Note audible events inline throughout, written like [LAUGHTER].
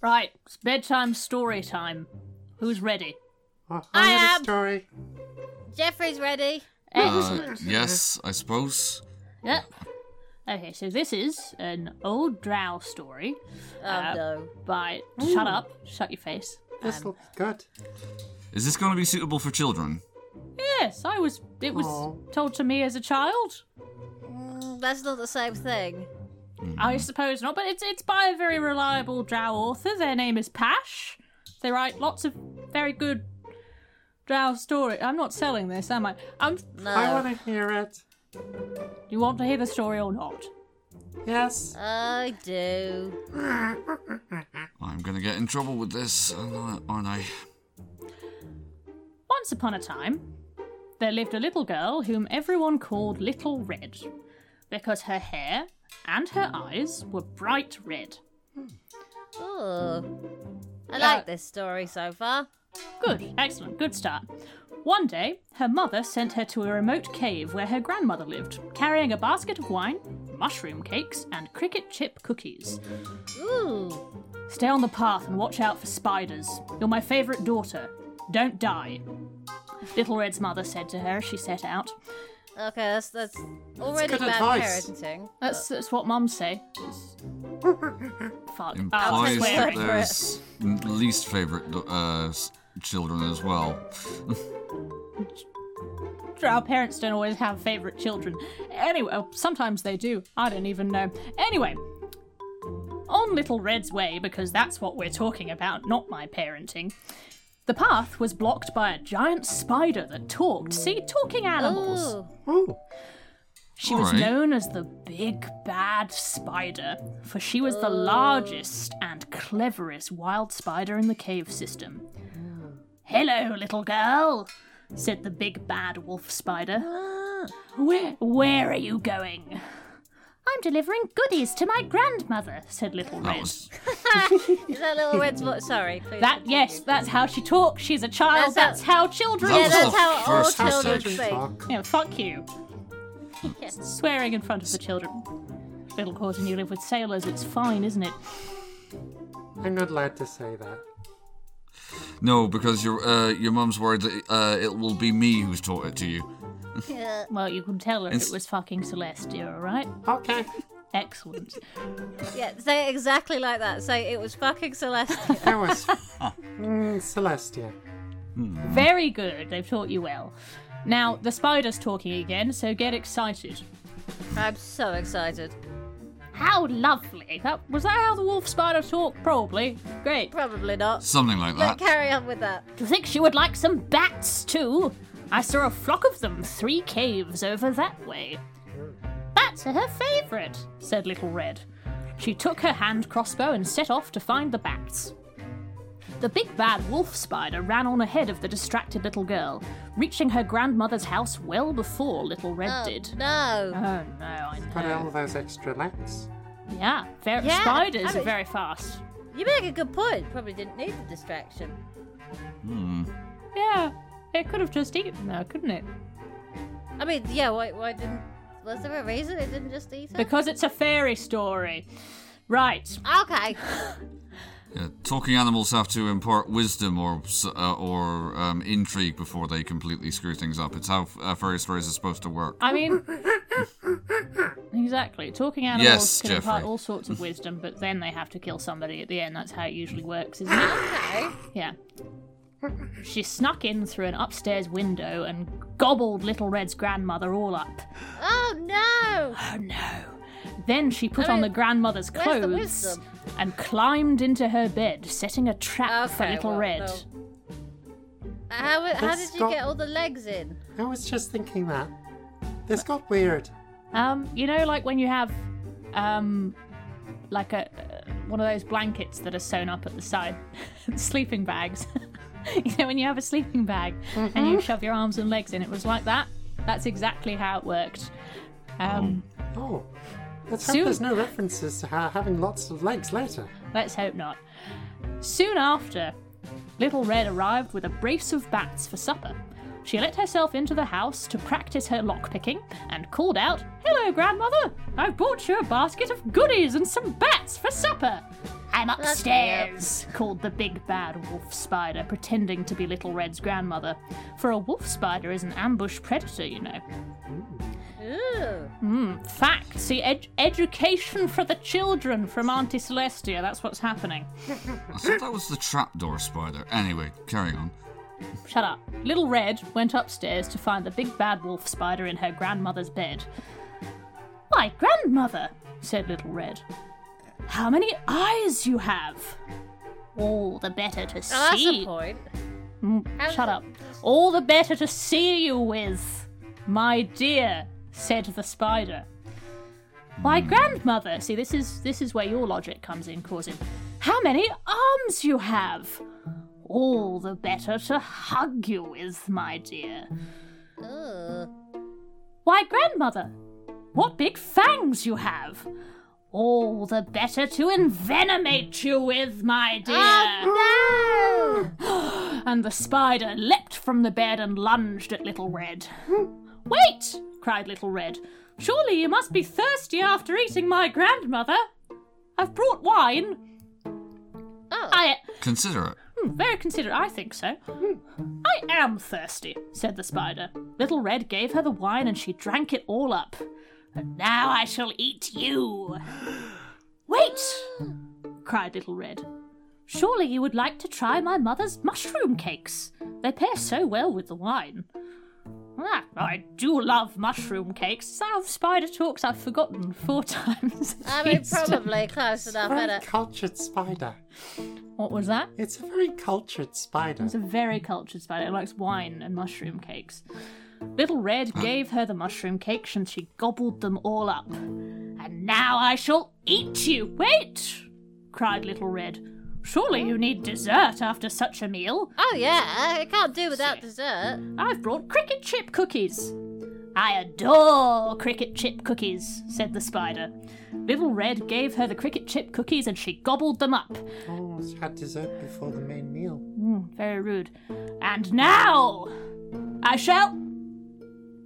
Right, it's bedtime story time. Who's ready? I, I had am- a story. Jeffrey's ready. Uh, Excellent. yes, I suppose. Yep. Okay, so this is an old drow story Oh Uh, no. by. Shut up, shut your face. Um, This looks good. Is this going to be suitable for children? Yes, I was. It was Aw. told to me as a child. Mm, that's not the same thing. I suppose not, but it's it's by a very reliable drow author. Their name is Pash. They write lots of very good drow story. I'm not selling this, am I? Um, No. I want to hear it. you want to hear the story or not? Yes. I do. I'm going to get in trouble with this, uh, aren't I? Once upon a time, there lived a little girl whom everyone called Little Red, because her hair and her eyes were bright red. Ooh. I like this story so far. Good, excellent, good start. One day, her mother sent her to a remote cave where her grandmother lived, carrying a basket of wine, mushroom cakes, and cricket chip cookies. Ooh. Stay on the path and watch out for spiders. You're my favourite daughter. Don't die. Little Red's mother said to her as she set out. Okay, that's that's already good bad advice. parenting. That's, that's what mums say. Fuck. I was Implies that swearing. there's n- least favorite uh, s- children as well. Our parents don't always have favourite children. Anyway, oh, sometimes they do. I don't even know. Anyway, on Little Red's way, because that's what we're talking about, not my parenting, the path was blocked by a giant spider that talked. See, talking animals. Ooh. Ooh. She was Alright. known as the Big Bad Spider, for she was the largest and cleverest wild spider in the cave system. Hello, little girl, said the Big Bad Wolf Spider. Where, where are you going? I'm delivering goodies to my grandmother, said Little That Red. was Is that little red's [LAUGHS] what? Sorry. Please That, continue. yes, that's how she talks. She's a child. That's That's, how how- children That Yeah, was that's the how all first children mistake. think. Talk. Yeah, fuck you. Swearing in front of the children. Little Corden, you live with sailors, it's fine, isn't it? I'm not allowed to say that. no, because your uh, your mum's worried that uh, it will be me who's taught it to you. Yeah. Well, you can tell her It's- it was fucking Celestia, alright? Okay. Excellent. Yeah, say it exactly like that. Say it was fucking Celestia. [LAUGHS] That [LAUGHS] was mm, Celestia. Very good, they've taught you well. Now, the spider's talking again, so get excited. I'm so excited. How lovely! That, was that how the wolf spider talked? Probably. Great. Probably not. Something like Ah. But that. carry on with that. Do you think she would like some bats too? I saw a flock of them three caves over that way. Bats are her favourite, said Little Red. She took her hand crossbow and set off to find the bats. The big bad wolf spider ran on ahead of the distracted little girl, reaching her grandmother's house well before Little Red Oh, did. no. Oh no, I Got all know. those extra legs. Yeah, very, Yeah, spiders I mean- are very fast. You make a good point. Probably didn't need the distraction. Yeah, it could have just eaten her, couldn't it? I mean, yeah. Why? Why didn't? Was there a reason it didn't just eat it? Because it's a fairy story. Right, okay. Yeah, talking animals have to impart wisdom or s- uh, or um, intrigue before they completely screw things up. It's how uh, fairy stories are supposed to work. I [LAUGHS] mean, exactly. Talking animals Yes, can impart Jeffrey. all sorts [LAUGHS] of wisdom, but then they have to kill somebody at the end. That's how it usually works, isn't it? Okay. [LAUGHS] Yeah. She snuck in through an upstairs window and gobbled Little Red's grandmother all up. Oh no. Oh no. Then she put I on mean, the grandmother's Uh, where's the clothes wisdom? and climbed into her bed, setting a trap for Okay, Little well, Red. no. How, how This did you got- get all the legs in? I was just thinking that. This got weird. Um, you know, like when you have, um, like a uh, one of those blankets that are sewn up at the side, [LAUGHS] sleeping bags. [LAUGHS] you know, when you have a sleeping bag and you shove your arms and legs in, it was like that. That's exactly how it worked. Um, Oh. Let's Soon- hope there's no references to her having lots of legs later. Let's hope not. Soon after, Little Red arrived with a brace of bats for supper. She let herself into the house to practice her lockpicking and called out, Hello, grandmother! I've brought you a basket of goodies and some bats for supper! I'm weird. upstairs, called the big bad wolf spider, pretending to be Little Red's grandmother. For a wolf spider is an ambush predator, you know. Ooh. Oh, Mm, fact. See, ed- education for the children from Auntie Celestia. That's what's happening. I thought that was the trapdoor spider. Anyway, carry on. Shut up. Little Red went upstairs to find the big bad wolf spider in her grandmother's bed. Why, grandmother, said Little Red. How many eyes you have? All the better to Oh, that's see. the point. Mm, How's shut it- up. All the better to see you with, my dear, said the spider. Why, grandmother, see this is this is where your logic comes in, Corzin. How many arms you have? All the better to hug you with, my dear. Ooh. Why, grandmother, what big fangs you have! All the better to envenomate you with, my dear. Ah, Oh, [GASPS] and the spider leapt from the bed and lunged at Little Red. [LAUGHS] Wait! cried Little Red. Surely you must be thirsty after eating my grandmother. I've brought wine. Oh. I. Consider it. Hmm, very considerate, I think so. I am thirsty, said the spider. Little Red gave her the wine and she drank it all up. And now I shall eat you. Wait! cried Little Red. Surely you would like to try my mother's mushroom cakes. They pair so well with the wine. Ah, I do love mushroom cakes. It's Out of spider talks, I've forgotten four [LAUGHS] times. I mean, Jeez. probably close enough, very isn't it? cultured spider. What was that? It's a very cultured spider. It's a very cultured spider. It likes wine and mushroom cakes. Little Red gave her the mushroom cakes and she gobbled them all up. And now I shall eat you! Wait! cried Little Red. Surely you need dessert after such a meal. Oh yeah, I can't do without dessert. I've brought cricket chip cookies. I adore cricket chip cookies, said the spider. Little Red gave her the cricket chip cookies and she gobbled them up. Oh, it's had dessert before the main meal. Mm, very rude. And now I shall.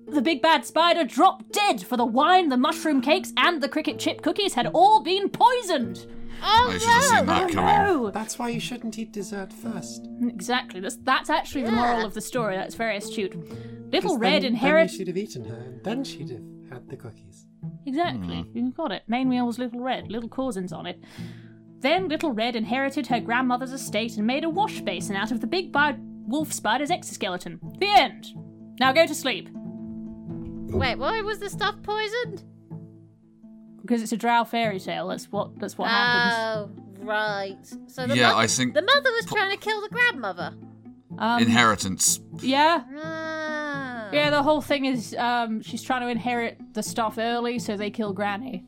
The big bad spider dropped dead, for the wine, the mushroom cakes, and the cricket chip cookies had all been poisoned. Oh, Oh, I should have seen Ah, that coming. No! That's why you shouldn't eat dessert first. 'cause Exactly. That's, that's actually the moral of the story. That's very astute. Little then- Red Then you inherits. should have eaten her, and then she'd have had the cookies. Exactly. You got it. Main wheel was Little Red, Little Corzins on it. Then Little Red inherited her grandmother's estate and made a wash basin out of the big bad wolf spider's exoskeleton. The end. Now go to sleep. Wait, why was the stuff poisoned? because it's a drow fairy tale. That's what that's what happens. Oh, right. So the Yeah, mother, I think- the mother was trying to kill the grandmother. Um, Inheritance. yeah, Ah. yeah. The whole thing is um, she's trying to inherit the stuff early, so they kill Granny.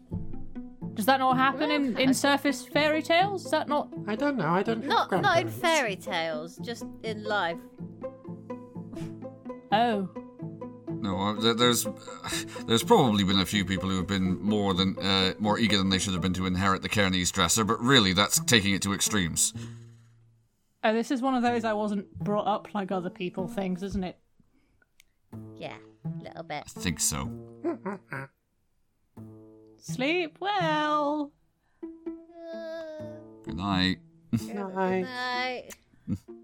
Does that not happen in, in surface fairy tales? Is that not? I don't know. I don't have Not not in grandparents. [LAUGHS] fairy tales, just in life. Oh, No, uh, there- there's [SIGHS] there's probably been a few people who have been more than uh, more eager than they should have been to inherit the Cairnese dresser, but really that's taking it to extremes. oh, this is one of those I wasn't brought up like other people things, isn't it? Yeah, a little bit. I think so. Sleep well. Uh, Good night. No, I- right.